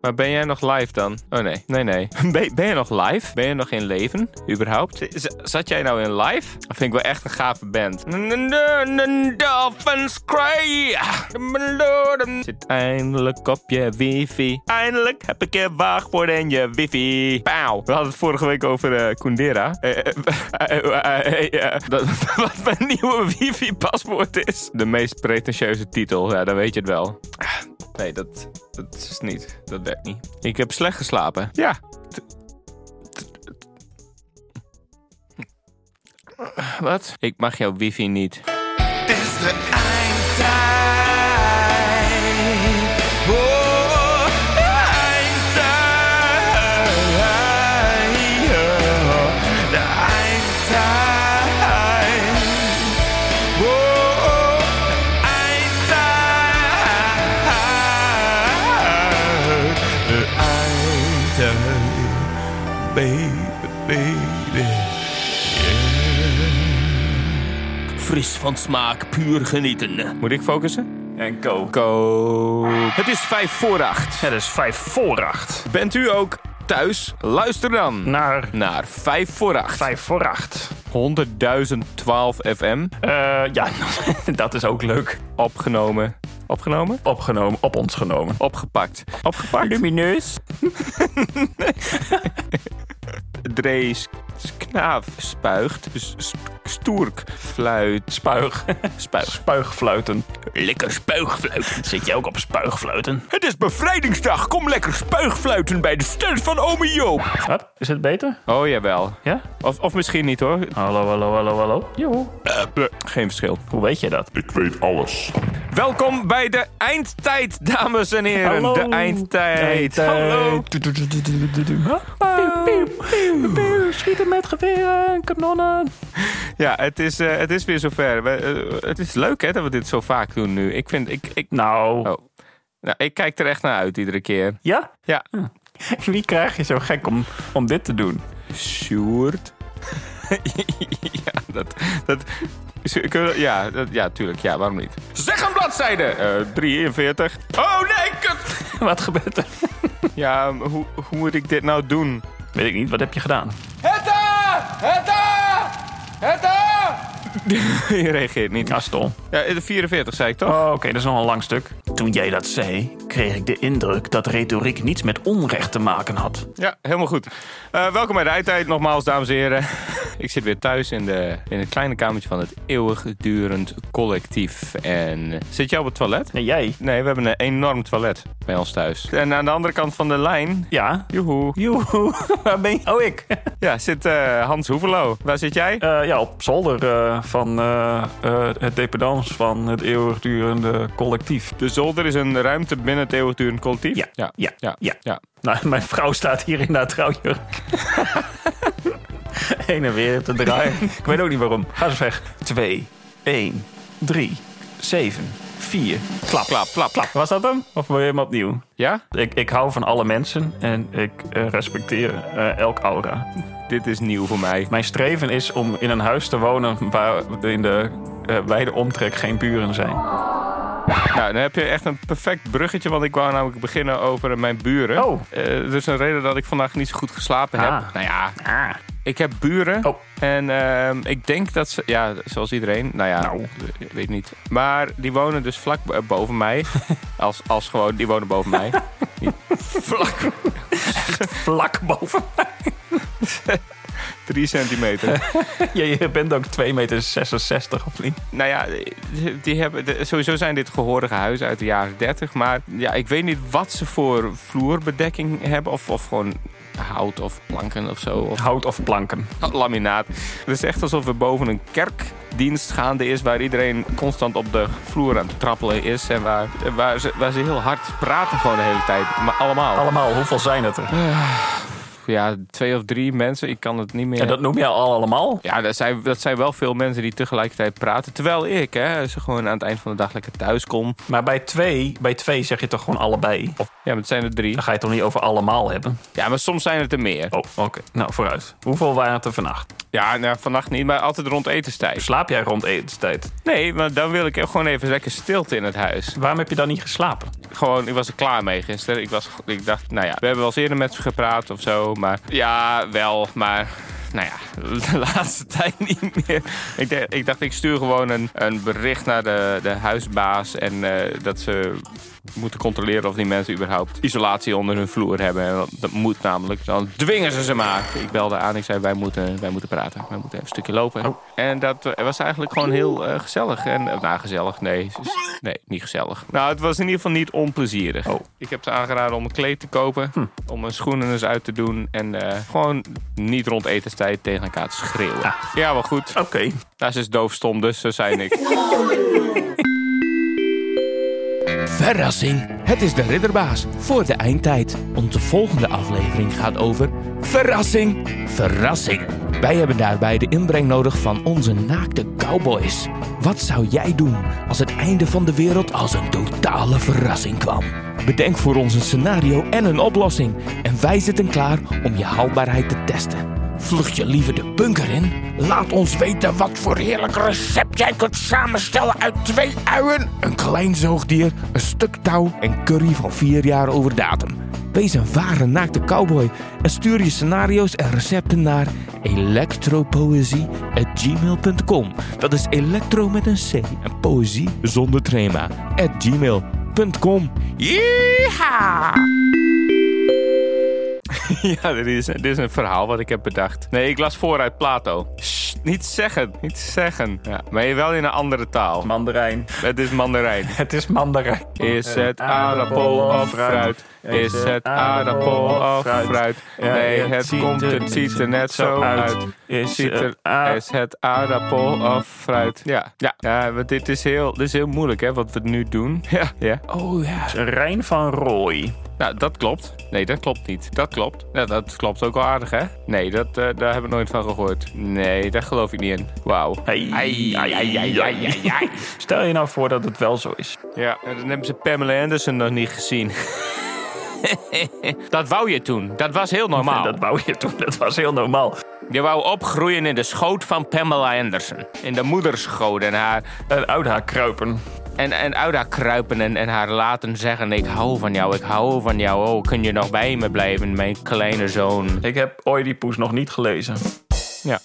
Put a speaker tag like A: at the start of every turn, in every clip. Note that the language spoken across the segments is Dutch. A: Maar ben jij nog live dan? Oh nee, nee, nee. Ben, ben je nog live? Ben je nog in leven? Überhaupt? Z- z- zat jij nou in live? Dat vind ik wel echt een gave band. Dolphins cry. Ah. Zit eindelijk op je wifi. Eindelijk heb ik je wachtwoord en je wifi. Pauw. We hadden het vorige week over eh Kundera. Eh, eh, eh, eh, eh, eh, dat- Wat mijn nieuwe wifi-paswoord is. De meest pretentieuze titel. Ja, dan weet je het wel. Nee, dat, dat is niet. Dat werkt niet. Ik heb slecht geslapen. Ja. Wat? Ik mag jouw wifi niet.
B: Het is de eindtijd. Oh, eindtijd. Oh, De eindtijd. Oh, eindtijd. De eindtijd. Baby, baby.
C: Fris van smaak, puur genieten.
A: Moet ik focussen?
C: En kook.
A: Go. Het is vijf voor acht.
C: Het is vijf voor acht.
A: Bent u ook thuis? Luister dan
C: Naar
A: naar vijf voor acht.
C: Nou. vijf voor acht.
A: 100.012 FM.
C: Eh, ja, dat is ook leuk.
A: Opgenomen. Opgenomen?
C: Opgenomen, op ons genomen.
A: Opgepakt. Opgepakt?
C: Lumineus.
A: Drees knaaf spuigt. S- s- Stoerk fluit.
C: Spuig.
A: Spuigt.
C: Spuigfluiten. Lekker spuigfluiten. Zit jij ook op spuigfluiten?
A: Het is bevrijdingsdag. Kom lekker spuigfluiten bij de stand van ome Joop.
C: Wat? Is het beter?
A: Oh, jawel.
C: Ja?
A: Of, of misschien niet hoor.
C: Hallo, hallo, hallo, hallo. Joe.
A: Geen verschil.
C: Hoe weet je dat?
D: Ik weet alles.
A: Welkom bij de eindtijd, dames en heren.
C: Hallo.
A: De eindtijd. Hallo.
C: Schieten met geweren en kanonnen.
A: Ja, het is, eh, het is weer zover. We, eh, het is leuk hè, dat we dit zo vaak doen nu. Ik vind, ik, ik,
C: Nou.
A: oh. nou, ik kijk er echt naar uit iedere keer.
C: Ja?
A: Ja.
C: Wie krijg je zo gek om, om dit te doen?
A: Sjoerd. ja, dat... dat kunnen we- ja, dat- ja, tuurlijk. Ja, waarom niet? Zeg een bladzijde! Eh, 43. Oh nee, kut!
C: Wat gebeurt er?
A: Ja, maar hoe, hoe moet ik dit nou doen?
C: Weet ik niet, wat heb je gedaan?
A: Hetta! Hetta! Hetta! Je reageert niet.
C: Ja, stom.
A: Ja, de 44 zei ik toch?
C: Oh, oké, dat is nog een lang stuk. Toen jij dat zei, kreeg ik de indruk dat retoriek niets met onrecht te maken had.
A: Ja, helemaal goed. Eh, welkom bij de eindtijd nogmaals, dames en heren. Ik zit weer thuis in, de, in het kleine kamertje van het eeuwigdurend collectief. En eh, zit jij op het toilet?
C: En jij?
A: Nee, we hebben een enorm toilet bij ons thuis. En aan de andere kant van de lijn,
C: Ja.
A: joehoe,
C: Joehoe, waar ben je? Oh, ik.
A: ja, zit eh, Hans Hoevelo. Waar zit jij?
C: Eh, ja, op zolder eh, van eh, eh, het dependance van het eeuwigdurende collectief.
A: De zolder is een ruimte binnen het eeuwigdurend collectief.
C: Ja, ja,
A: ja, ja.
C: ja. Nou, mijn vrouw staat hier in haar trouwjurk. Heen en weer te draaien. Ik weet ook niet waarom. Ga eens weg. 2, 1, 3, 7, 4. Klap,
A: Klap, klap, klap.
C: Was dat hem? Of wil je hem opnieuw?
A: Ja?
C: Ik, ik hou van alle mensen en ik eh, respecteer eh, elk aura.
A: Dit is nieuw voor mij.
C: Mijn streven is om in een huis te wonen waar in de eh, wijde omtrek geen buren zijn.
A: Nou, dan heb je echt een perfect bruggetje, want ik wou namelijk beginnen over eh, mijn buren.
C: Oh.
A: Eh, er is een reden dat ik vandaag niet zo goed geslapen heb.
C: Ah.
A: Nou ja,
C: Ah.
A: ik heb buren.
C: Oh.
A: En ehm, ik denk dat ze, ja, zoals iedereen, nou ja,
C: Nou.
A: ik weet niet. Maar die wonen dus vlak bo- boven mij. als, als gewoon, die wonen boven mij. Niet vlak,
C: Vlak boven.
A: drie centimeter.
C: Ja, je bent ook 2,66 meter of niet?
A: nou ja, die- die hebben, de- sowieso zijn dit gehorige huizen uit de jaren 30. Maar ja, ik weet niet wat ze voor vloerbedekking hebben. Of, of gewoon hout of planken of zo. Of
C: Hout of planken.
A: laminaat. Het is echt alsof er boven een kerkdienst gaande is... waar iedereen constant op de vloer aan het trappelen is... en waar, en waar, ze, waar ze heel hard praten gewoon de hele tijd. Maar allemaal.
C: Allemaal, hoeveel zijn het er?
A: Ja, twee of drie mensen, ik kan het niet meer...
C: En dat noem je al allemaal?
A: Ja, dat zijn, dat zijn wel veel mensen die tegelijkertijd praten. Terwijl ik, hè, als ik gewoon aan het eind van de dag lekker thuis kom.
C: Maar bij twee, bij twee zeg je toch gewoon allebei? Of
A: Ja, maar het zijn er drie.
C: dan ga je het toch niet over allemaal hebben?
A: Ja, maar soms zijn het er meer.
C: Oh, oké. Nou, vooruit. Hoeveel waren het er vannacht?
A: Ja, nou, vannacht niet, maar altijd rond etenstijd.
C: Slaap jij rond etenstijd?
A: Nee, maar dan wil ik gewoon even lekker stilte in het huis.
C: Waarom heb je dan niet geslapen?
A: gewoon, ik was er klaar mee gisteren. Ik, was, ik dacht, nou ja, we hebben wel eens eerder met ze gepraat of zo. Maar ja, wel, maar nou ja, de laatste tijd niet meer. Ik, de- ik dacht, ik stuur gewoon een, een bericht naar de, de huisbaas. En eh, dat ze moeten controleren of die mensen überhaupt isolatie onder hun vloer hebben. En dat, dat moet namelijk, dan dwingen ze ze maar. Ik belde aan, ik zei, wij moeten, wij moeten praten. Wij moeten even een stukje lopen. En dat eh, was eigenlijk gewoon heel eh, gezellig. En, eh, nou, gezellig, nee. ze is- Nee, niet gezellig. Nou, het was in ieder geval niet onplezierig.
C: Oh.
A: Ik heb ze aangeraden om een kleed te kopen. Om mijn schoenen eens uit te doen. En eh, gewoon niet rond etenstijd tegen elkaar te schreeuwen. Ja, wel goed.
C: Oké.
A: Nou, ze is doofstom, dus ze zei niks.
D: Verrassing, het is de ridderbaas voor de eindtijd. Onze volgende aflevering gaat over verrassing, verrassingen. Wij hebben daarbij de inbreng nodig van onze naakte cowboys. Wat zou jij doen als het einde van de wereld als een totale verrassing kwam? Bedenk voor ons een scenario en een oplossing. En wij zitten klaar om je haalbaarheid te testen. Vlucht je liever de bunker in? Laat ons weten wat voor heerlijk recept jij kunt samenstellen uit twee uien, een klein zoogdier, een stuk touw en curry van vier jaar over datum. Wees een ware naakte cowboy en stuur je scenario's en recepten naar electropoëzie@gmail.com. Dat is electro met een c en poëzie zonder trema. At gmail.com. Yeehaw!
A: ja, dit is, dit is een verhaal wat ik heb bedacht. Nee, ik las voor uit Plato. Sst, niet zeggen, niet zeggen. Ja, maar je wel in een andere taal.
C: Mandarijn.
A: Het is Mandarijn.
C: Het is mandarijn.
A: Is het aardappel of Eh, fruit? Is het aardappel of fruit? Nee, het komt, het ziet er net zo uit.
C: Is eh,
A: Ziet er, is het aardappel of fruit? Ja, ja. ja want dit is, heel, dit is heel moeilijk, hè, wat we nu doen. Ja, ja.
D: Oh ja.
C: Rijn van Rooij.
A: Nou, dat klopt. Nee, dat klopt niet. Dat klopt. Ja, dat klopt ook wel aardig, hè? Nee, dat, eh, daar heb ik nooit van gehoord. Nee, daar geloof ik niet in. Wauw.
C: Hey.
A: Ai, ai, ai, ai, ai, ai, ai.
C: Stel je nou voor dat het wel zo is.
A: Ja, en dan hebben ze Pamela Anderson nog niet gezien. dat wou je toen. Dat was heel normaal.
C: En dat wou je toen, dat was heel normaal.
A: Je wou opgroeien in de schoot van Pamela Anderson. In de moederschoot en haar...
C: En uit haar kruipen.
A: En, en uit haar kruipen en, en haar laten zeggen... Ik hou van jou, ik hou van jou. Oh, kun je nog bij me blijven, mijn kleine zoon?
C: Ik heb Oedipus nog niet gelezen.
A: Ja.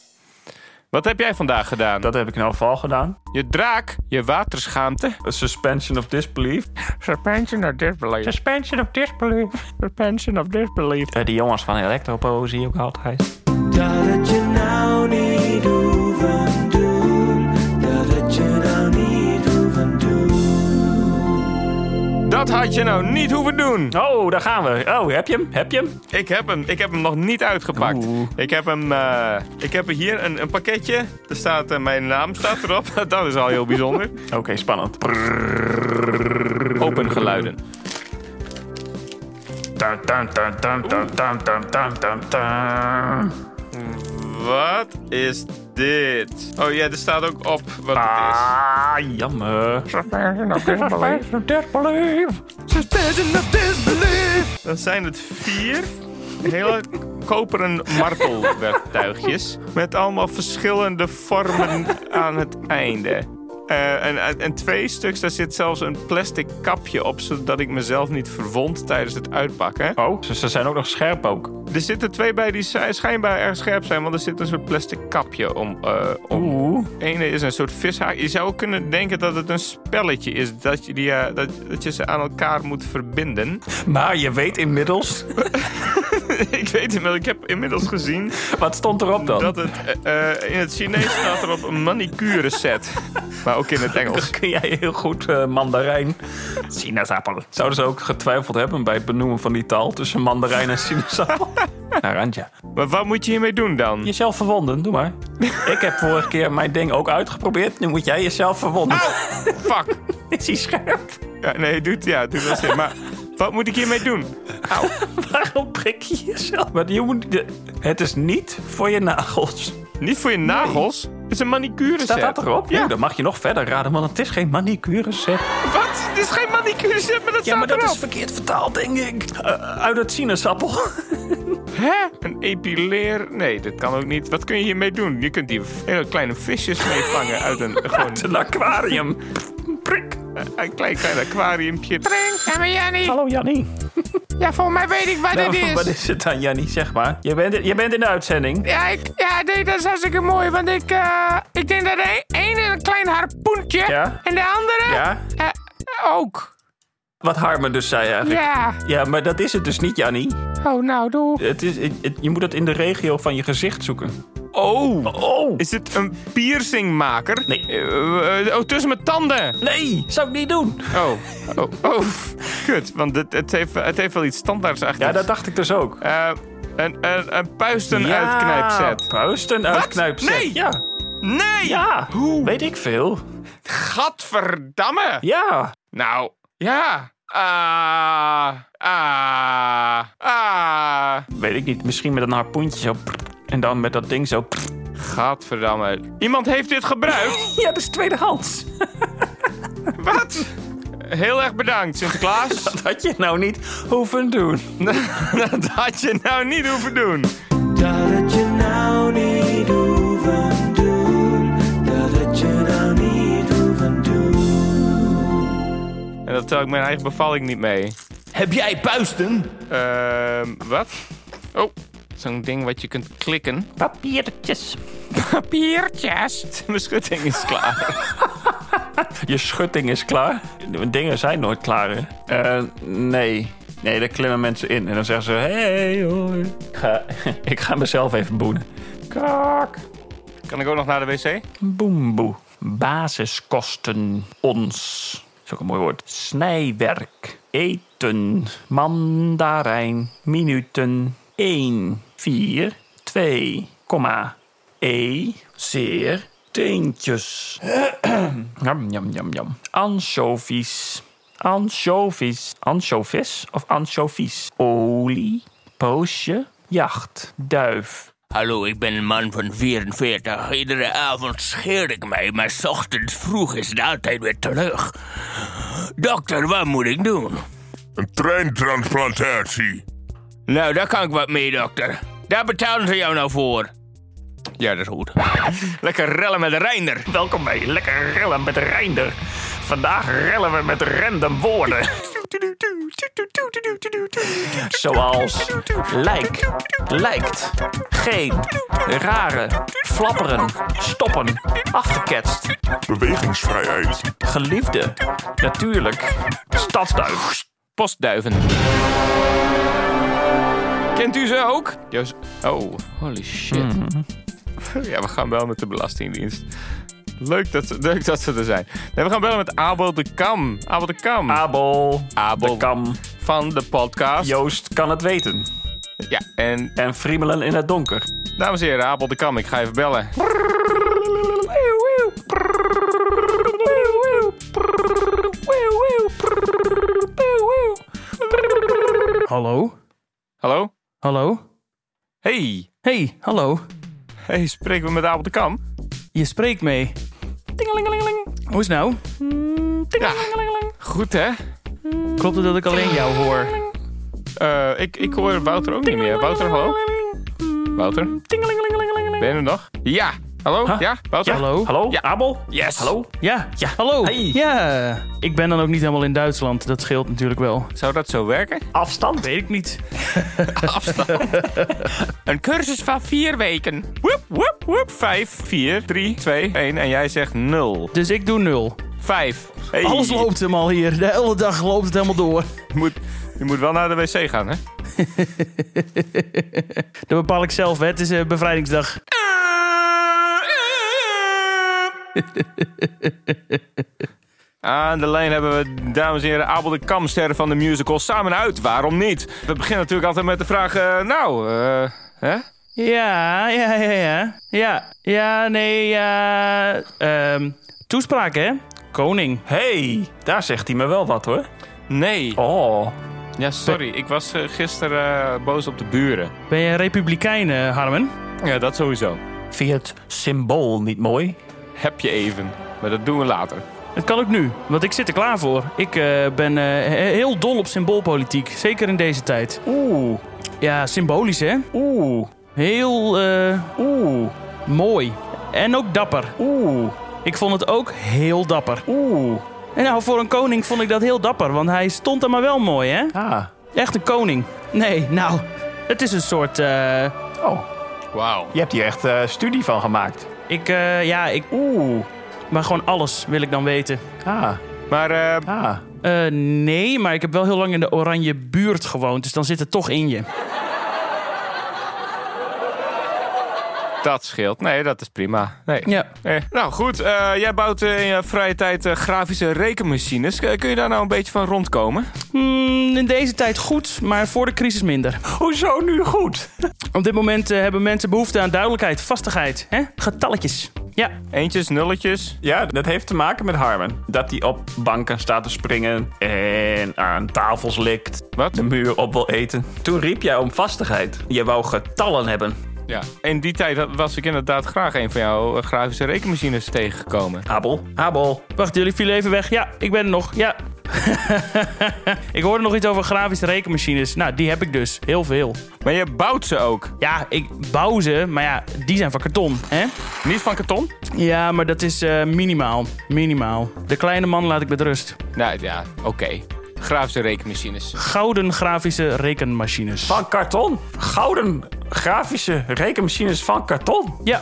A: Wat heb jij vandaag gedaan?
C: Dat heb ik in elk geval gedaan.
A: Je draak, je waterschaamte.
C: A suspension of disbelief.
A: Suspension of disbelief.
C: Suspension of disbelief.
A: Suspension of disbelief.
C: Eh, die jongens van Electropoëzie ook altijd.
E: Dat het je nou niet hoeven doen, dat het je nou niet hoeven doen.
A: Dat had je nou niet hoeven doen.
C: Oh, daar gaan we. Oh, heb je hem? Heb je hem?
A: Ik heb hem, ik heb hem nog niet uitgepakt.
C: Oeh.
A: Ik heb hem, eh, ik heb hier een, een pakketje. Er staat, eh, mijn naam staat erop. Dat is al heel bijzonder.
C: Oké, spannend.
A: Open geluiden.
C: Tam, tam, tam, tam, tam, tam, tam, tam, tam, tam.
A: Wat is dit? Oh ja, er staat ook op wat het is.
C: Ah, jammer. Suspension of disbelief.
A: Dan zijn het vier hele koperen martelwerktuigjes. Met allemaal verschillende vormen aan het einde. Eh, en, en twee stuks, daar zit zelfs een plastic kapje op, zodat ik mezelf niet verwond tijdens het uitpakken.
C: Oh, ze, ze zijn ook nog scherp ook.
A: Er zitten twee bij die zijn- schijnbaar erg scherp zijn, want er zit een soort plastic kapje om. eh om.
C: Oeh.
A: Ene is een soort vishaak. Je zou kunnen denken dat het een spelletje is, dat je, die, eh, dat, dat je ze aan elkaar moet verbinden.
C: Maar je weet inmiddels...
A: ik weet het wel, ik heb inmiddels gezien
C: Wat stond erop dan?
A: dat het eh, eh, in het Chinees staat erop een manicure set. Maar ook in het Engels.
C: Kun jij heel goed eh, mandarijn? Sinaasappel. Zouden ze ook getwijfeld hebben bij het benoemen van die taal tussen mandarijn en sinaasappel? nou, Randja.
A: Maar wat moet je hiermee doen dan?
C: Jezelf verwonden, doe maar. Ik heb vorige keer mijn ding ook uitgeprobeerd. Nu moet jij jezelf verwonden.
A: Fuck!
C: Is hij scherp?
A: Ja, nee, doet, ja, doet wel zin. Maar wat moet ik hiermee doen?
C: Waarom prik je jezelf? Maar je moet, je- het is niet voor je nagels.
A: Niet voor je nagels. Het is een manicure set.
C: Staat dat erop?
A: Ja.
C: Oeh, dan mag je nog verder raden, want het is geen manicure set.
A: Wat? Dit is geen manicure set, maar dat
C: Ja, maar
A: staat
C: dat
A: erop.
C: is verkeerd vertaald, denk ik. Eh, uit het sinaasappel.
A: Hè? Een epileer? Nee, dat kan ook niet. Wat kun je hiermee doen? Je kunt hier hele kleine visjes mee vangen uit een, gewoon
C: Een aquarium. Prik.
A: een klein, klein aquariumpje.
F: Ja, maar Jannie.
C: Hallo Jannie.
F: Ja, volgens mij weet ik wat dit
C: Nou, wat
F: is.
C: is het dan, Jannie? Zeg maar. Je bent, je bent in de uitzending.
F: Ja, ik, ja, nee, dat is hartstikke mooi. Want ik, eh, ik denk dat de ene een klein harpoentje
C: Ja.
F: en de andere
C: Ja.
F: eh, ook.
C: Wat Harmen dus zei eigenlijk.
F: Ja.
C: Ja, maar dat is het dus niet, Jannie.
F: Oh, nou, doe.
C: Het is, het- het- je moet dat in de regio van je gezicht zoeken.
A: Oh!
C: Oh!
A: Is dit een piercingmaker?
C: Nee.
A: Eh, eh, oh, tussen mijn tanden!
C: Nee, zou ik niet doen.
A: Oh, oh, oh. Kut, want het, het, heeft, het heeft wel iets standaards achter.
C: Ja, dat dacht ik dus ook.
A: Eh, een, een, een puisten
C: Ja,
A: uitknijpset.
C: Puisten uitknijpset.
A: Nee.
C: Ja.
A: Nee!
C: Ja. Weet ik veel.
A: Gadverdamme!
C: Ja.
A: Nou, ja. Ah, ah, ah.
C: Weet ik niet. Misschien met een harpoentje zo. En dan met dat ding zo.
A: Gadverdamme. Iemand heeft dit gebruikt?
C: Ja, dus dat is tweedehands.
A: Wat? Heel erg bedankt, Sinterklaas.
C: Dat had je nou niet hoeven doen.
A: Dat had je nou niet hoeven doen.
E: Dat het je nou niet hoeven doen. Dat het je nou niet hoeven doen.
A: En dat tel ik mijn eigen bevalling niet mee.
D: Heb jij puisten?
A: Ehm, wat? Oh, zo'n ding wat je kunt klikken.
C: Papiertjes.
F: Papiertjes.
A: Mijn schutting is klaar.
C: Je schutting is klaar. Dingen zijn nooit klaar, hè? Eh, nee. Nee, daar klimmen mensen in. En dan zeggen ze... Hey, hoi. Ik ga, ik ga mezelf even boenen. Kak.
A: Kan ik ook nog naar de wc?
C: Boemboe. Basiskosten. Ons. Dat is ook een mooi woord. Snijwerk. Eten. Mandarijn. Minuten. 1, 4, 2, komma. E. Zeer. Teentjes. Jam, jam, jam, jam. Anchovies. Anchovies. Anchovis of anchovies? Olie. Poosje. Jacht. Duif.
G: Hallo, ik ben een man van 44. Iedere avond scheer ik mij, maar 's ochtends vroeg is het altijd weer terug. Dokter, wat moet ik doen?
B: Een treintransplantatie.
G: Nou, daar kan ik wat mee, dokter. Daar betalen ze jou nou voor. Ja, dat is goed.
A: Lekker rellen met de Reinder.
C: Welkom bij Lekker Rellen met Reinder. Vandaag rellen we met random woorden. Zoals lijk, lijkt, geen, rare, flapperen, stoppen, afgeketst,
B: Bewegingsvrijheid.
C: geliefde, natuurlijk, stadsduif.
A: Postduiven. Kent u ze ook? Joost. Oh, holy shit. ja, we gaan bellen met de Belastingdienst. Leuk dat, ze, leuk dat ze er zijn. Nee, we gaan bellen met Abel de Kam. Abel de Kam.
C: Abel,
A: Abel.
C: de kam,
A: van de podcast.
C: Joost kan het weten.
A: Ja, en
C: En friemelen in het donker.
A: dames en heren, Abel de Kam, ik ga even bellen.
H: Hallo?
A: Hallo?
H: Hallo?
A: Hey.
H: Hey, hallo.
A: Hey, spreken we met Abel de Kam?
H: Je spreekt mee. Hoe is het nou?
A: Ja. Goed, hè?
H: Klopt het dat ik alleen jou hoor?
A: Eh, ik, ik hoor Wouter ook niet meer. Wouter, hallo? Wouter? Ben je er nog? Ja. Hallo?
C: Huh?
A: Ja, Wouter?
H: Hallo?
C: Hallo,
A: Ja.
C: Abel?
A: Yes.
C: Hallo?
H: Ja,
C: Ja.
H: hallo.
C: Hey.
H: Ja, ik ben dan ook niet helemaal in Duitsland. Dat scheelt natuurlijk wel.
A: Zou dat zo werken?
C: Afstand?
H: Weet ik niet.
A: Een cursus van vier weken. Woep, woep, woep. Vijf, vier, drie, twee, één. En jij zegt nul.
H: Dus ik doe nul.
A: Vijf. Hey.
H: Alles loopt helemaal hier. De hele dag loopt het helemaal door.
A: Je moet, je moet wel naar de wc gaan, hè?
H: Dat bepaal ik zelf, hè. Het is eh, bevrijdingsdag.
A: Aan de lijn hebben we, dames en heren, Abel de Kamster van de musical Samen Uit. Waarom niet? We beginnen natuurlijk altijd met de vraag, eh, nou, eh, hè?
H: Ja, ja, ja, ja. Ja, ja, nee, ja. Ehm, toespraak, hè? Koning.
C: Hey, daar zegt hij me wel wat hoor.
A: Nee.
C: Oh,
A: Ja, sorry. Ik was eh, gisteren eh, boos op de buren.
H: Ben je republikein, eh, Harmen?
A: Ja, dat sowieso.
C: vind je het symbool niet mooi?
A: Heb je even. Maar dat doen we later.
H: Het kan ook nu, want ik zit er klaar voor. Ik eh, ben eh, he- heel dol op symboolpolitiek, zeker in deze tijd.
C: Oeh,
H: Ja, symbolisch hè?
C: oeh,
H: Heel eh,
C: oeh,
H: mooi. En ook dapper.
C: oeh,
H: Ik vond het ook heel dapper.
C: oeh.
H: En nou, voor een koning vond ik dat heel dapper, want hij stond er maar wel mooi hè?
C: Ah,
H: Echt een koning. Nee, nou, het is een soort... eh,
C: oh,
A: Wauw.
C: je hebt hier echt eh, studie van gemaakt.
H: ik, eh, ja, ik...
C: Oeh,
H: Maar gewoon alles wil ik dan weten.
C: ah,
A: Maar eh,
C: ah.
H: Eh, nee, maar ik heb wel heel lang in de oranje buurt gewoond, dus dan zit het toch in je.
A: dat scheelt. Nee, dat is prima. Nee.
H: Ja.
A: Eh, nou goed, eh, jij bouwt eh, in je vrije tijd eh, grafische rekenmachines. K- kun je daar nou een beetje van rondkomen?
H: Hmm, in deze tijd goed, maar voor de crisis minder.
C: Hoezo nu goed?
H: Op dit moment eh, hebben mensen behoefte aan duidelijkheid, vastigheid, hè? getalletjes. Ja,
A: Eentjes, nulletjes.
C: Ja, dat heeft te maken met Harmon. Dat hij op banken staat te springen en aan tafels likt.
A: Wat?
C: De muur op wil eten. Toen riep jij om vastigheid. Je wou getallen hebben.
A: Ja. In die tijd had- was ik inderdaad graag een van jouw eh, grafische rekenmachines tegengekomen.
C: Abel, Abel.
H: wacht, jullie vielen even weg. Ja, ik ben er nog. Ja. ik hoorde nog iets over grafische rekenmachines. Nou, die heb ik dus. Heel veel.
A: Maar je bouwt ze ook.
H: Ja, ik bouw ze, maar ja, die zijn van karton, hè?
A: Niet van karton?
H: Ja, maar dat is eh, minimaal. Minimaal. De kleine man laat ik met rust.
A: Nou ja, oké. Grafische rekenmachines.
H: Gouden grafische rekenmachines.
C: Van karton. Gouden grafische rekenmachines van karton.
H: Ja.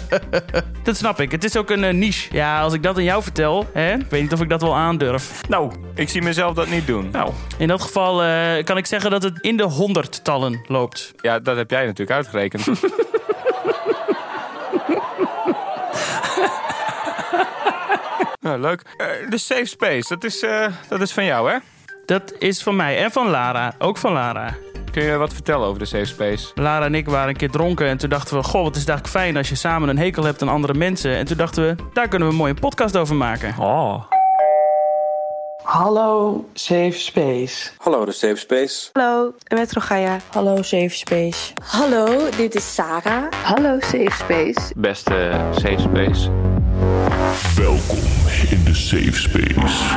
H: dat snap ik. Het is ook een eh, niche. Ja, als ik dat aan jou vertel, hè, ik weet niet of ik dat wel aandurf.
C: Nou,
A: Ik zie mezelf dat niet doen.
C: nou.
H: In dat geval eh, kan ik zeggen dat het in de honderdtallen loopt.
A: Ja, dat heb jij natuurlijk uitgerekend. nou, leuk. Eh, de safe space, dat is, eh, dat is van jou, hè?
H: Dat is van mij en van Lara. Ook van Lara.
A: Kun je wat vertellen over de safe space?
H: Lara en ik waren een keer dronken en toen dachten we... Goh, wat is het eigenlijk fijn als je samen een hekel hebt aan andere mensen. En toen dachten we, daar kunnen we mooi een podcast over maken.
C: Oh.
I: Hallo Safe Space.
J: Hallo, de Safe Space.
K: Hallo, met Rogaya. Hallo, Safe Space. Hallo, dit is Sarah. Hallo, Safe Space.
A: Beste safe space.
B: Welkom in de Safe Space.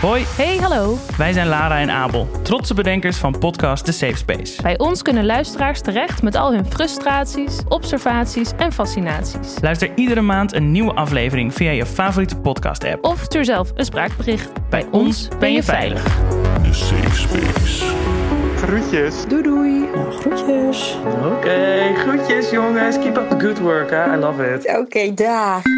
H: Hoi,
K: Hey, hallo.
H: wij zijn Lara en Abel. Trotse bedenkers van podcast The Safe Space.
K: Bij ons kunnen luisteraars terecht met al hun frustraties, observaties en fascinaties.
H: Luister iedere maand een nieuwe aflevering via je favoriete podcast app.
K: Of stuur zelf een spraakbericht.
H: Bij ons ben je veilig.
B: De Safe Space.
I: Oké, groetjes jongens. Keep up the good work, hè. I love it.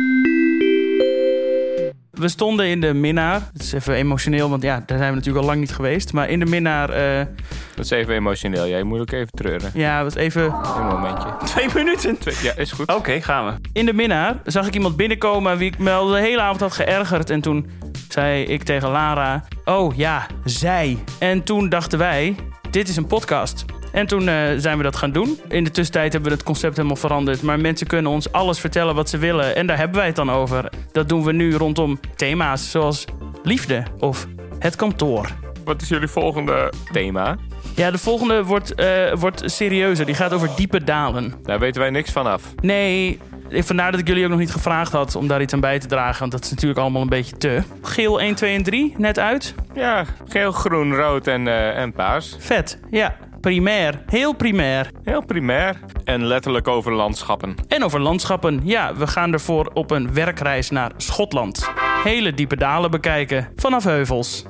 H: We stonden in de Minnaar. Het is even emotioneel, want ja, daar zijn we natuurlijk al lang niet geweest. Maar in de Minnaar, eh,
A: Dat is even emotioneel. Jij moet ook even treuren.
H: ja, was even...
A: Een momentje.
C: Twee minuten. Twee-
A: Ja, is goed.
C: Oké, gaan we.
H: In de Minnaar zag ik iemand binnenkomen aan wie ik me al de hele avond had geërgerd. En toen zei ik tegen Lara, oh ja, zij. En toen dachten wij, dit is een podcast. En toen eh, zijn we dat gaan doen. In de tussentijd hebben we het concept helemaal veranderd. Maar mensen kunnen ons alles vertellen wat ze willen. En daar hebben wij het dan over. Dat doen we nu rondom thema's zoals liefde of het kantoor.
A: Wat is jullie volgende thema?
H: Ja, de volgende wordt, eh, wordt serieuzer. Die gaat over diepe dalen.
A: Daar weten wij niks van af.
H: Nee, eh, vandaar dat ik jullie ook nog niet gevraagd had om daar iets aan bij te dragen. Want dat is natuurlijk allemaal een beetje te. Geel 1, 2 en 3, net uit.
A: Ja, geel, groen, rood en, eh, en paars.
H: Vet, ja. Primair, heel primair.
A: Heel primair. En letterlijk over landschappen.
H: En over landschappen. Ja, we gaan ervoor op een werkreis naar Schotland. Hele diepe dalen bekijken, vanaf heuvels.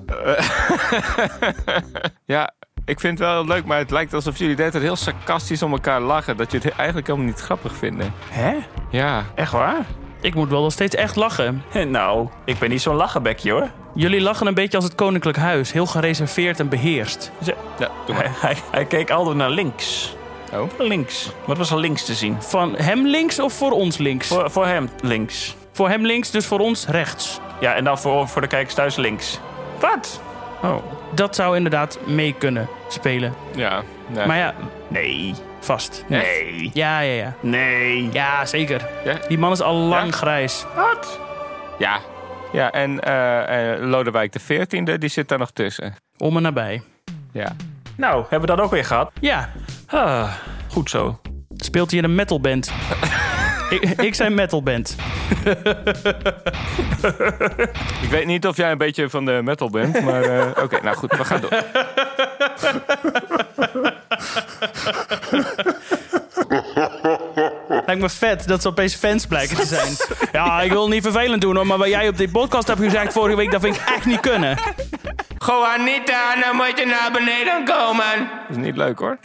A: Ja, ik vind het wel leuk, maar het lijkt alsof jullie de hele tijd heel sarcastisch om elkaar lachen. Dat je het eigenlijk helemaal niet grappig vinden.
C: Hè?
A: Ja.
C: Echt waar?
H: Ik moet wel nog steeds echt lachen.
C: Eh, Nou, ik ben niet zo'n lachenbekje hoor.
H: Jullie lachen een beetje als het Koninklijk Huis. Heel gereserveerd en beheerst.
C: Ze-
A: Ja, doe
C: Hij,
A: maar.
C: hij, hij keek altijd naar links.
A: Oh.
C: Links. Wat was er links te zien?
H: Van hem links of voor ons links? Voor,
C: Voor, voor hem links.
H: voor hem links, dus voor ons rechts.
C: Ja, en dan voor, voor de kijkers thuis links. Wat?
H: Oh. Dat zou inderdaad mee kunnen spelen.
A: Ja. nee.
H: Maar ja,
C: Nee.
H: vast.
C: Nee.
H: Ja, ja, ja.
C: Nee.
H: Ja, zeker.
A: Ja?
H: Die man is al lang
A: Ja?
H: grijs.
C: Wat?
A: ja. Ja, en eh, eh, Lodewijk de 14e, die zit daar nog tussen.
H: Om en nabij.
A: Ja.
C: Nou, hebben we dat ook weer gehad?
H: Ja,
C: Ah, goed zo.
H: speelt hij in een metalband. ik, ik zei metalband.
A: Ik weet niet of jij een beetje van de metal bent, maar eh, oké, nou goed, we gaan door.
H: Lijkt me vet dat ze opeens fans blijken te zijn. Ja, ik wil het niet vervelend doen hoor, maar wat jij op die podcast hebt gezegd vorige week, dat vind ik echt niet kunnen.
G: Juanita, nou moet je naar beneden komen.
A: Dat is niet leuk hoor.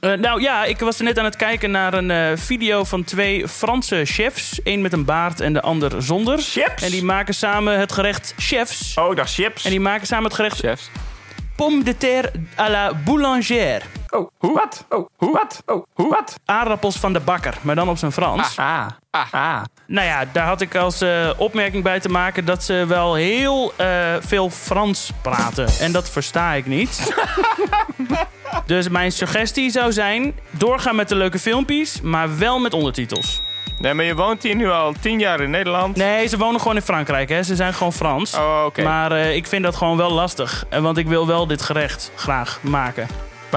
H: Eh, nou ja, ik was net aan het kijken naar een eh, video van twee Franse chefs. Eén met een baard en de ander zonder.
C: Chips?
H: En die maken samen het gerecht chefs.
C: Oh, daar chips.
H: En die maken samen het gerecht
A: Chefs.
H: pomme de terre à la boulangère.
C: Oh, hoe? Wat? Oh, hoe? Wat? Oh, hoe? Wat?
H: Aardappels van de bakker, maar dan op zijn Frans.
C: Ah, ah, ah.
H: Nou ja, daar had ik als eh, opmerking bij te maken dat ze wel heel eh, veel Frans praten. En dat versta ik niet. dus mijn suggestie zou zijn: doorgaan met de leuke filmpjes, maar wel met ondertitels.
A: Nee, maar je woont hier nu al tien jaar in Nederland.
H: Nee, ze wonen gewoon in Frankrijk, hè? Ze zijn gewoon Frans.
A: Oh, oké. Maar...
H: Maar eh, ik vind dat gewoon wel lastig. Eh, Want ik wil wel dit gerecht graag maken.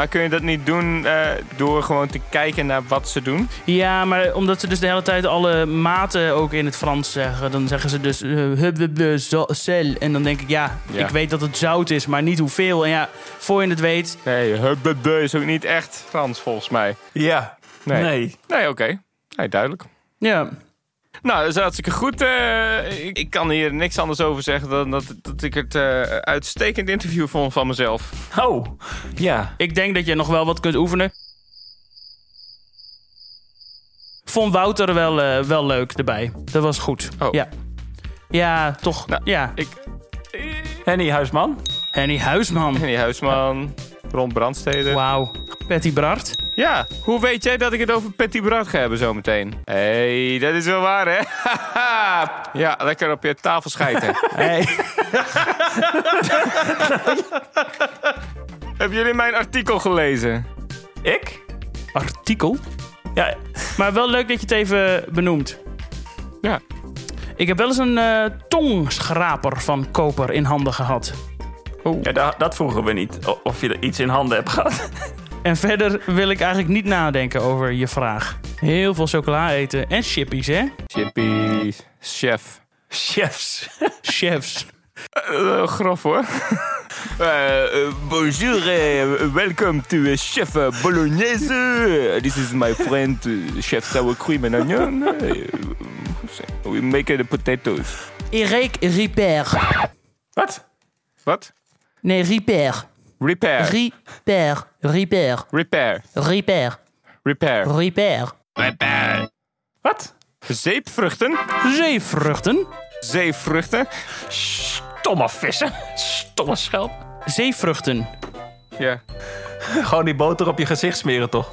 A: kun je dat niet doen eh, door gewoon te kijken naar wat ze doen?
H: Ja, maar omdat ze dus de hele tijd alle maten ook in het Frans zeggen, dan zeggen ze dus eh, hub hub de zo- sel. En dan denk ik, ja,
A: Ja.
H: ik weet dat het zout is, maar niet hoeveel. En ja, voor je het weet,
A: Nee, hubbebe is ook niet echt Frans volgens mij.
C: Ja.
A: Nee.
C: Nee.
A: Nee, oké. Nee, duidelijk.
H: ja.
A: Nou, dat is hartstikke goed. Eh, ik, ik kan hier niks anders over zeggen dan dat, dat ik het eh, uitstekend interview vond van mezelf.
C: Oh, ja.
H: Ik denk dat je nog wel wat kunt oefenen. Vond Wouter wel, eh, wel leuk erbij. Dat was goed.
A: Oh.
H: Ja. Ja, toch.
A: Nou,
H: ja.
A: Ik,
C: Henny Huisman.
H: Henny Huisman.
A: Henny Huisman, Ron Brandstede.
H: Wauw. Patty Brart.
A: Ja, hoe weet jij dat ik het over Petit Brat ga hebben zometeen? Hé, hey, dat is wel waar, hè? ja, lekker op je tafel schijten. Hebben jullie mijn artikel gelezen?
C: Ik?
H: Artikel.
C: Ja.
H: Maar wel leuk dat je het even benoemt.
A: Ja.
H: Ik heb wel eens een eh, tongschraper van koper in handen gehad.
C: ja da- dat vroegen we niet. O- Of je er iets in handen hebt gehad.
H: En verder wil ik eigenlijk niet nadenken over je vraag. Heel veel chocola eten en chippies, hè?
A: Chippy, chef.
C: Chefs.
H: Chefs.
A: Eh, grof hoor. Eh, eh, bonjour, eh, welcome to eh, Chef eh, Bolognese. This is my friend, eh, Chef Sour Cream and Onion. Eh, we make the potatoes.
H: Eric Ripper.
A: Wat? Wat?
H: Nee, Ripper.
A: Repair.
H: Ripper. Ripper.
A: Repair.
H: Ripper.
A: Repair.
H: Ripper.
C: Wat?
A: Zeepvruchten.
H: Zeevruchten.
A: Zeevruchten.
C: Stomme vissen. Stomme schelp.
H: Zeevruchten.
A: Ja.
C: Gewoon die boter op je gezicht smeren, toch?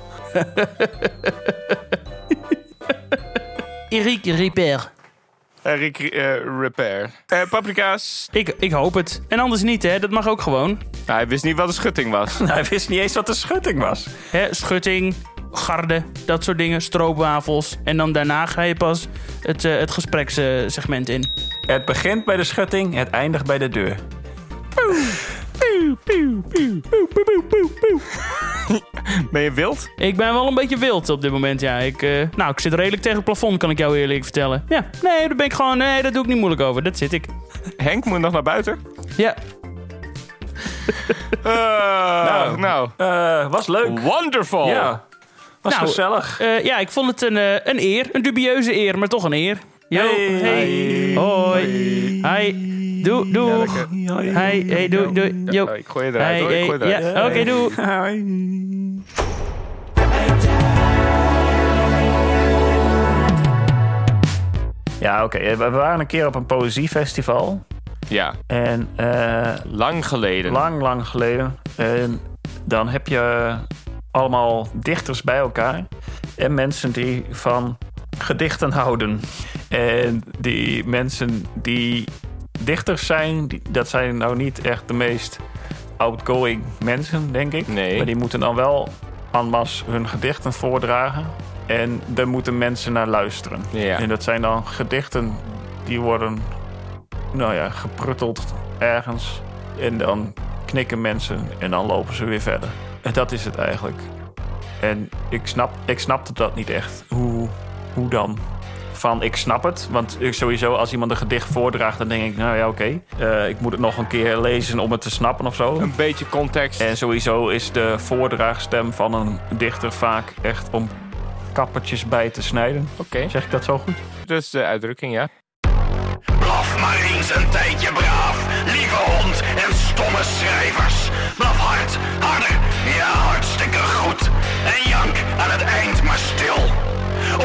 H: Eric Ripper.
A: Eric eh, Repair. Eh, paprika's.
H: Ik, ik hoop het. En anders niet, hè? Dat mag ook gewoon.
A: Nou, hij wist niet wat een schutting was.
C: Nou, hij wist niet eens wat de schutting was.
H: Hè, schutting, garde, dat soort dingen, stroopwafels. En dan daarna ga je pas het, eh, het gesprekssegment in.
C: Het begint bij de schutting, het eindigt bij de deur.
A: Ben je wild?
H: Ik ben wel een beetje wild op dit moment, ja. Ik, eh, nou, ik zit redelijk tegen het plafond, kan ik jou eerlijk vertellen. Ja, nee, daar ben ik gewoon... Nee, daar doe ik niet moeilijk over. Dat zit ik.
A: Henk moet nog naar buiten.
H: Ja.
A: Eh, nou.
C: Eh, was leuk.
A: Wonderful.
C: Ja. Was
H: Nou,
C: gezellig.
H: Eh, ja, ik vond het een, eh, een eer. Een dubieuze eer, maar toch een eer. Yo,
C: Hey.
H: Hoi. Hi. Doe, doeg. Hi. Hey, doei, doei. Yo.
A: Nou, ik gooi je
H: Oh. Hey,
A: eruit hoor. Ik
H: hey,
A: gooi je eruit.
H: ja, oké, doe.
C: Ja, oké. We we waren een keer op een poëziefestival.
A: Ja.
C: En eh,
A: Lang geleden.
C: lang, lang geleden. En dan heb je allemaal dichters bij elkaar. En mensen die van gedichten houden. En die mensen die dichters zijn, die- dat zijn nou niet echt de meest outgoing mensen, denk ik.
A: Nee.
C: Maar die moeten dan wel en masse hun gedichten voordragen. En daar moeten mensen naar luisteren.
A: Ja.
C: En dat zijn dan gedichten die worden, nou ja, geprutteld ergens. En dan knikken mensen en dan lopen ze weer verder. En dat is het eigenlijk. En ik, snap, ik snapte dat niet echt, hoe, hoe dan? Van ik snap het, want ik sowieso als iemand een gedicht voordraagt, dan denk ik, nou ja, oké. Eh, ik moet het nog een keer lezen om het te snappen of zo. Een
A: beetje context.
H: Eh,
C: En sowieso is de voordraagstem van een dichter vaak echt om kappertjes bij te snijden. Oké. Zeg ik dat zo
A: Dat
C: goed?
A: is de Dus, eh, uitdrukking, ja.
J: Blaf maar eens een tijdje braaf, lieve hond en stomme schrijvers. Blaf hard, harder, ja hartstikke goed. En jank aan het eind maar stil.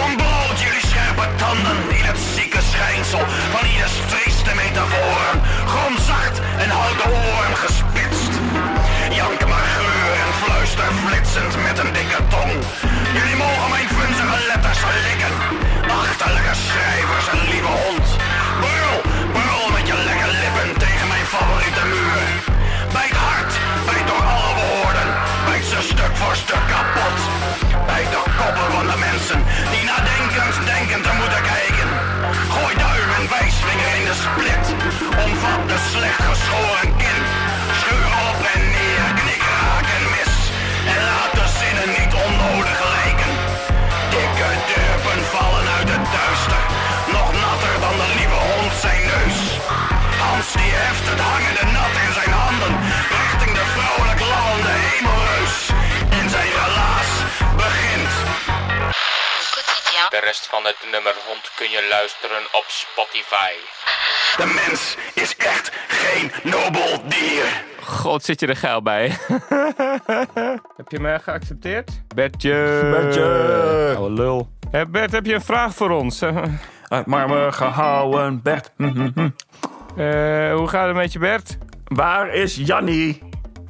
J: Ontbloot jullie scherpe tanden in het zieke schijnsel van ieders trieste metaforen. Grom zacht en houd de oren gespitst. Jank maar geur en fluister flitsend met een dikke tong. Jullie mogen mijn vunzige letters likken. Achterlijke schrijvers en lieve hond. Brul, brul met je lekke lippen tegen mijn favoriete muur. Bijt hard, bijt door alle woorden. Bijt ze stuk voor stuk kapot. Bijt de koppen van de mensen die nadenkend denken te moeten kijken. Gooi duim en wijsvinger in de split. Omvat de slecht geschoren kin. Scheur op en neer, knik, raak en mis. En laat de zinnen niet onnodig lijken. Dikke durpen vallen uit het duister. Nog natter dan de lieve hond zijn neus. Hans die heft het hangende nat in zijn handen. Richting de vrouwelijk lallende hemelreus. En zijn relaas begint.
L: De rest van het nummer hond kun je luisteren op Spotify.
J: De mens is echt geen nobel dier.
A: God, zit je er geil bij. heb je me geaccepteerd? Bertje.
C: Bertje.
A: Oude lul. Hé, Bert, heb je een vraag voor ons? Eh,
C: Uit marmer gehouden, Bert. Hm,
A: hoe gaat het met je, Bert?
C: Waar is Jannie?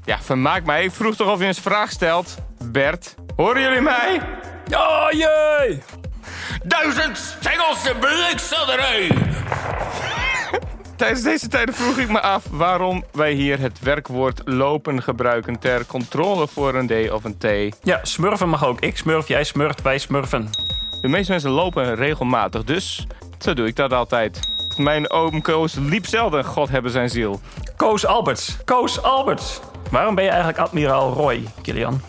A: Ja, vermaak mij. Ik vroeg toch of je eens een vraag stelt. Bert, horen jullie mij?
C: Oh jee!
G: Duizend stengels en blikselderij.
A: Tijdens deze tijden vroeg ik me af waarom wij hier het werkwoord lopen gebruiken ter controle voor een D of een T.
C: Ja, smurfen mag ook. Ik smurf, jij smurft, wij smurfen.
A: De meeste mensen lopen regelmatig, dus zo doe ik dat altijd. Mijn oom Koos liep zelden, God hebben zijn ziel.
C: Koos Alberts. Koos Alberts. Waarom ben je eigenlijk admiraal Roy, Kilian?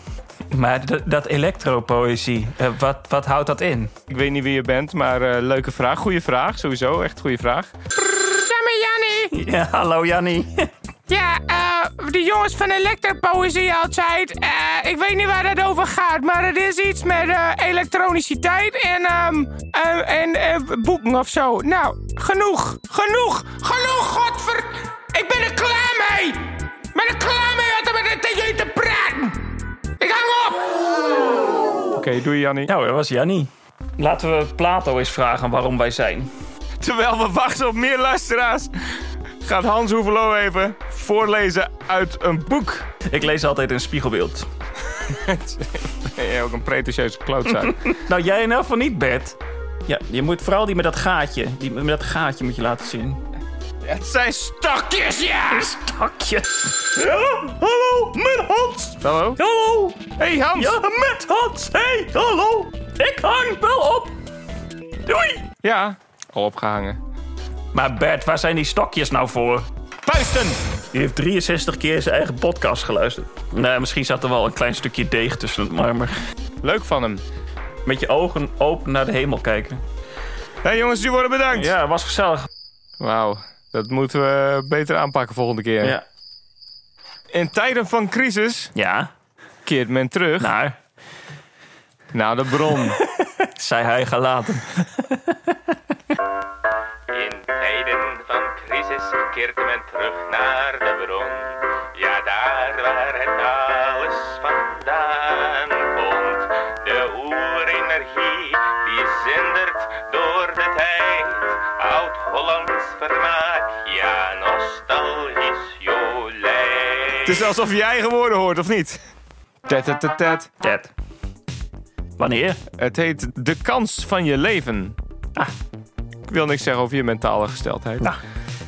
C: Maar d- dat elektropoëzie, eh, wat, wat houdt dat in?
A: Ik weet niet wie je bent, maar eh, leuke vraag. Goeie vraag, sowieso. Echt goede vraag.
F: Ja, maar Jannie.
C: Ja, hallo Jannie.
F: Ja, eh, die jongens van elektropoëzie altijd. Eh, ik weet niet waar dat over gaat, maar het is iets met eh, elektroniciteit en, ehm, eh, en eh, boeken of zo. Nou, genoeg, genoeg, genoeg, godver... Ik ben er klaar mee! Ik ben er klaar mee om met jullie te praten! Ik hang op!
A: Oké, doei Jannie.
C: Nou, dat was Jannie. Laten we Plato eens vragen waarom wij zijn.
A: Terwijl we wachten op meer luisteraars, gaat Hans Hoevelo even voorlezen uit een boek.
C: Ik lees altijd een spiegelbeeld.
A: Hey, ook een pretentieuze klootzak.
C: Nou, jij in elk geval niet, Bert. Ja, je moet vooral die met dat gaatje. Die met dat gaatje moet je laten zien.
A: het zijn stokjes, ja!
C: Stakjes. hallo, met Hans.
A: Hallo?
C: Hallo.
A: Hey Hans!
C: Ja, met Hans. hey, hallo. Ik hang wel op. Doei.
A: Ja, al opgehangen.
C: Maar Bert, waar zijn die stokjes nou voor?
A: Puisten!
C: Die heeft 63 keer zijn eigen podcast geluisterd. Nou, misschien zat er wel een klein stukje deeg tussen het marmer.
A: Leuk van hem.
C: Met je ogen open naar de hemel kijken.
A: hey, jongens, jullie worden bedankt.
C: Ja, was gezellig.
A: Wauw, dat moeten we beter aanpakken volgende keer.
C: Ja.
A: In tijden van crisis
C: Ja, nou,
A: keert men terug
C: naar
A: naar de bron.
C: zei hij gelaten.
L: In tijden van crisis keert men terug naar de bron. Ja, daar waar het alles vandaan komt. De oerenergie die zindert door de tijd. Oud-Hollands vermaak, ja, nostalgisch jolijn.
A: Het is alsof je eigen woorden hoort, of niet? Tet, tet, tet, tet.
C: Ted. Wanneer?
A: Het heet De Kans van Je Leven. Ah, Ik wil niks zeggen over je mentale gesteldheid.
C: Nou.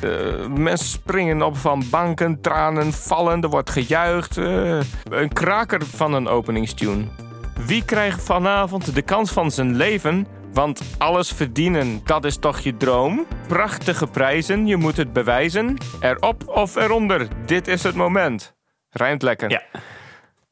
A: Eh, mensen springen op van banken, tranen vallen, er wordt gejuicht. eh, een kraker van een openingstune. Wie krijgt vanavond de kans van zijn leven? Want alles verdienen, dat is toch je droom? Prachtige prijzen, je moet het bewijzen. Erop of eronder, dit is het moment. Rijmt lekker.
C: Ja.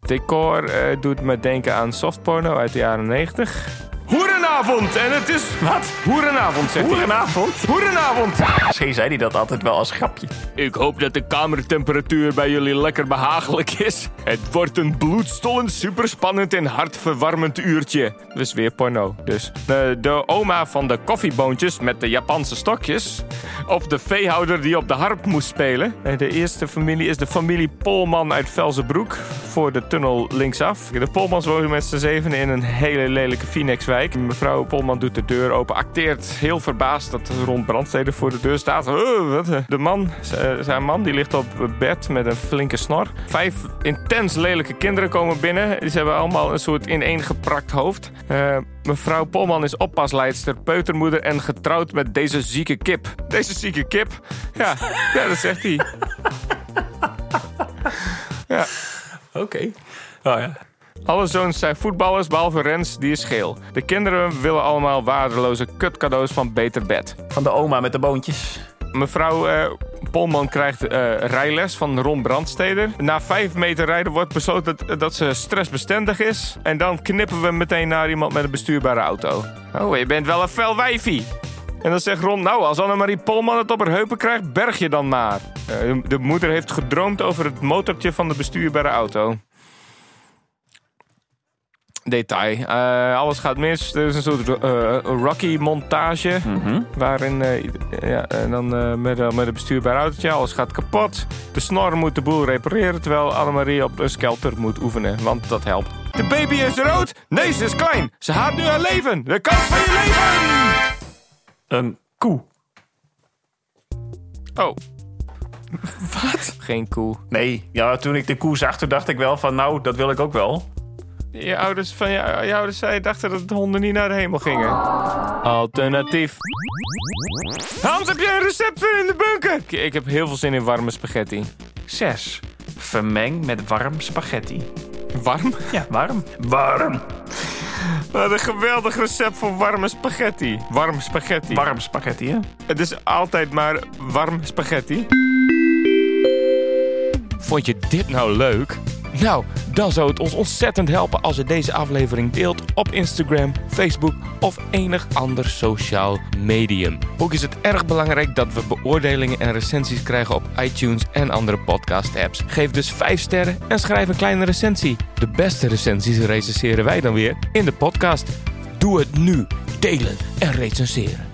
A: Decor eh, doet me denken aan softporno uit de jaren 90. Hoerenau! Hoerenavond! En het is... Wat? Hoerenavond, zegt
C: Hoerenavond?
A: Hoerenavond!
C: Misschien zei hij dat altijd wel als grapje.
A: Ik hoop dat de kamertemperatuur bij jullie lekker behagelijk is. Het wordt een bloedstollend, superspannend en hartverwarmend uurtje. Dat is weer porno, dus. De, de oma van de koffieboontjes met de Japanse stokjes. Of de veehouder die op de harp moest spelen. En de eerste familie is de familie Polman uit Velzenbroek. Voor de tunnel linksaf. De Polmans wonen met z'n zeven in een hele lelijke Phoenixwijk. Mevrouw Polman doet de deur open, acteert heel verbaasd dat er rond brandsteden voor de deur staat. Oh, wat, eh. De man, z- eh, zijn man, die ligt op bed met een flinke snor. Vijf intens lelijke kinderen komen binnen. Ze hebben allemaal een soort ineengeprakt hoofd. Eh, mevrouw Polman is oppasleidster, peutermoeder en getrouwd met deze zieke kip. Deze zieke kip? Ja, ja dat zegt hij. Ja.
C: Oké. Oh ja.
A: Alle zoons zijn voetballers, behalve Rens, die is geel. De kinderen willen allemaal waardeloze kutcadeaus van Beter Bed.
C: Van de oma met de boontjes.
A: Mevrouw eh, Polman krijgt eh, rijles van Ron Brandsteder. Na vijf meter rijden wordt besloten dat, dat ze stressbestendig is. En dan knippen we meteen naar iemand met een bestuurbare auto. Oh, je bent wel een fel wijfie. En dan zegt Ron, nou, als Annemarie Polman het op haar heupen krijgt, berg je dan maar. Eh, de moeder heeft gedroomd over het motortje van de bestuurbare auto detail. Eh, alles gaat mis. Er is een soort eh, Rocky-montage. Waarin eh, i- ja, en dan, eh, met, eh, met een bestuurbaar autootje. Alles gaat kapot. De snor moet de boel repareren. Terwijl Annemarie op een skelter moet oefenen. Want dat helpt. De baby is rood. Nee, ze is klein. Ze haat nu haar leven. De kans van je leven.
C: Een koe.
A: Oh. Wat? Geen koe.
C: Nee, ja, toen ik de koe zag, toen dacht ik wel van nou, dat wil ik ook wel.
A: Je ouders, van je, je ouders zei, dachten dat de honden niet naar de hemel gingen. Alternatief. Hans, heb jij een recept voor in de bunker? Ik, ik heb heel veel zin in warme spaghetti.
C: 6. Vermeng met warm spaghetti.
A: Warm?
C: Ja, warm. Warm.
A: Wat een geweldig recept voor warme spaghetti. Warm spaghetti.
C: Warm spaghetti, hè?
A: Het is altijd maar warm spaghetti.
D: Vond je dit nou leuk? Nou, dan zou het ons ontzettend helpen als je deze aflevering deelt op Instagram, Facebook of enig ander sociaal medium. Ook is het erg belangrijk dat we beoordelingen en recensies krijgen op iTunes en andere podcast-apps. Geef dus 5 sterren en schrijf een kleine recensie. De beste recensies recenseren wij dan weer in de podcast. Doe het nu. Delen en recenseren.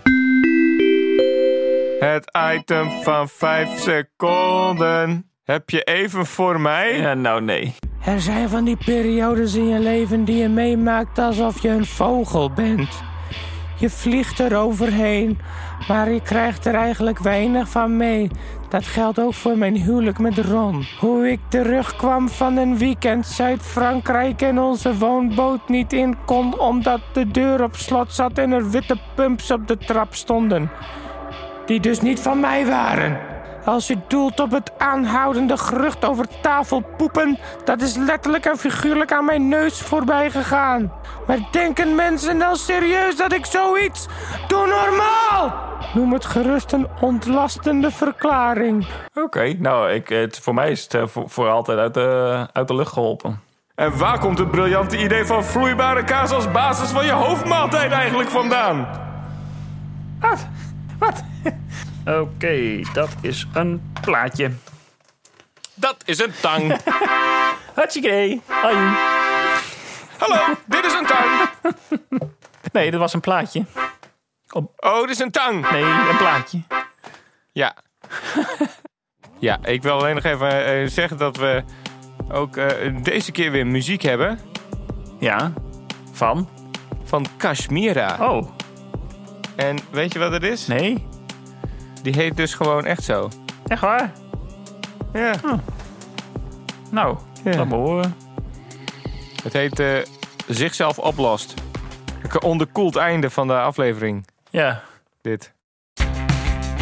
A: Het item van 5 seconden. Heb je even voor mij?
C: Ja, nou nee.
F: Er zijn van die periodes in je leven die je meemaakt alsof je een vogel bent. Je vliegt eroverheen, maar je krijgt er eigenlijk weinig van mee. Dat geldt ook voor mijn huwelijk met Ron. Hoe ik terugkwam van een weekend Zuid-Frankrijk en onze woonboot niet in kon omdat de deur op slot zat en er witte pumps op de trap stonden. Die dus niet van mij waren. Als u doelt op het aanhoudende gerucht over tafelpoepen, dat is letterlijk en figuurlijk aan mijn neus voorbij gegaan. Maar denken mensen nou serieus dat ik zoiets doe normaal? Noem het gerust een ontlastende verklaring.
C: Oké, nou, ik, het, voor mij is het eh, voor, voor altijd uit de, uit de lucht geholpen.
A: En waar komt het briljante idee van vloeibare kaas als basis van je hoofdmaaltijd eigenlijk vandaan?
C: Wat? Wat? Oké, dat is een plaatje.
A: Dat is een tang.
C: Hartstikke Hoi.
A: Hallo, dit is een tang.
C: Nee, dat was een plaatje.
A: Oh, dit is een tang.
C: Nee, een plaatje.
A: Ja. ja, ik wil alleen nog even eh, zeggen dat we ook eh, deze keer weer muziek hebben
C: Ja, van?
A: van Kashmira.
C: Oh,
A: En weet je wat het is?
C: nee.
A: Die heet dus gewoon echt zo.
C: Echt waar?
A: Ja.
C: Oh. Nou, laat me horen.
A: Het heet eh, Zichzelf oplost. Een onderkoeld einde van de aflevering.
C: Ja.
A: Dit.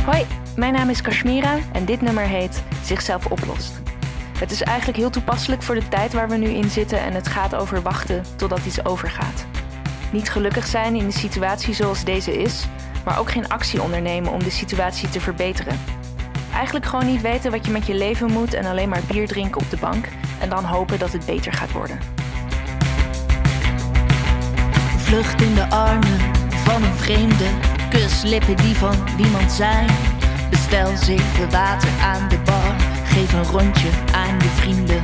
M: Hoi, mijn naam is Kashmira en dit nummer heet Zichzelf oplost. Het is eigenlijk heel toepasselijk voor de tijd waar we nu in zitten en het gaat over wachten totdat iets overgaat. Niet gelukkig zijn in de situatie zoals deze is, maar ook geen actie ondernemen om de situatie te verbeteren. Eigenlijk gewoon niet weten wat je met je leven moet en alleen maar bier drinken op de bank en dan hopen dat het beter gaat worden.
N: Vlucht in de armen van een vreemde. Kuslippen die van niemand zijn. Bestel zeker water aan de bar. Geef een rondje aan je vrienden.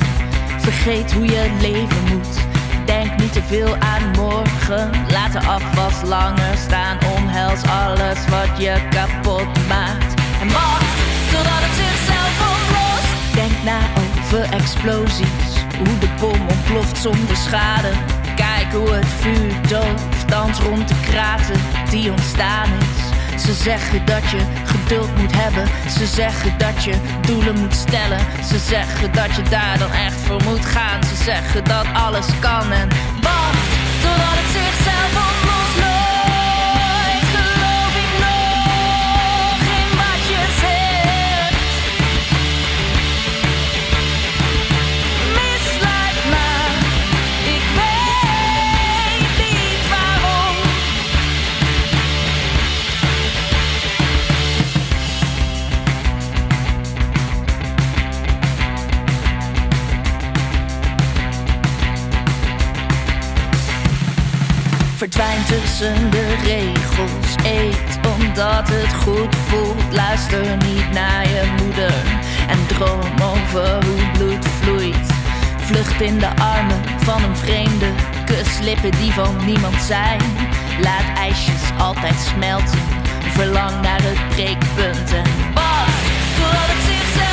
N: Vergeet hoe je leven moet. Denk niet te veel aan morgen. Laat de afwas langer staan. Omhels alles wat je kapot maakt. En wacht totdat het zichzelf oplost. Denk na over explosies. Hoe de bom ontploft zonder schade. Kijk hoe het vuur dooft. Dans rond de kraten die ontstaan is. Ze zeggen dat je geduld moet hebben. Ze zeggen dat je doelen moet stellen. Ze zeggen dat je daar dan echt voor moet gaan. Ze zeggen dat alles kan en wacht totdat het zichzelf oplost. Nooit geloof ik nog in wat je zegt. Misleid me, ik weet niet waarom. Verdwijn tussen de regels. Eet omdat het goed voelt. Luister niet naar je moeder. En droom over hoe bloed vloeit. Vlucht in de armen van een vreemde. Kus lippen die van niemand zijn. Laat ijsjes altijd smelten. Verlang naar het breekpunt en wacht totdat het zichzelf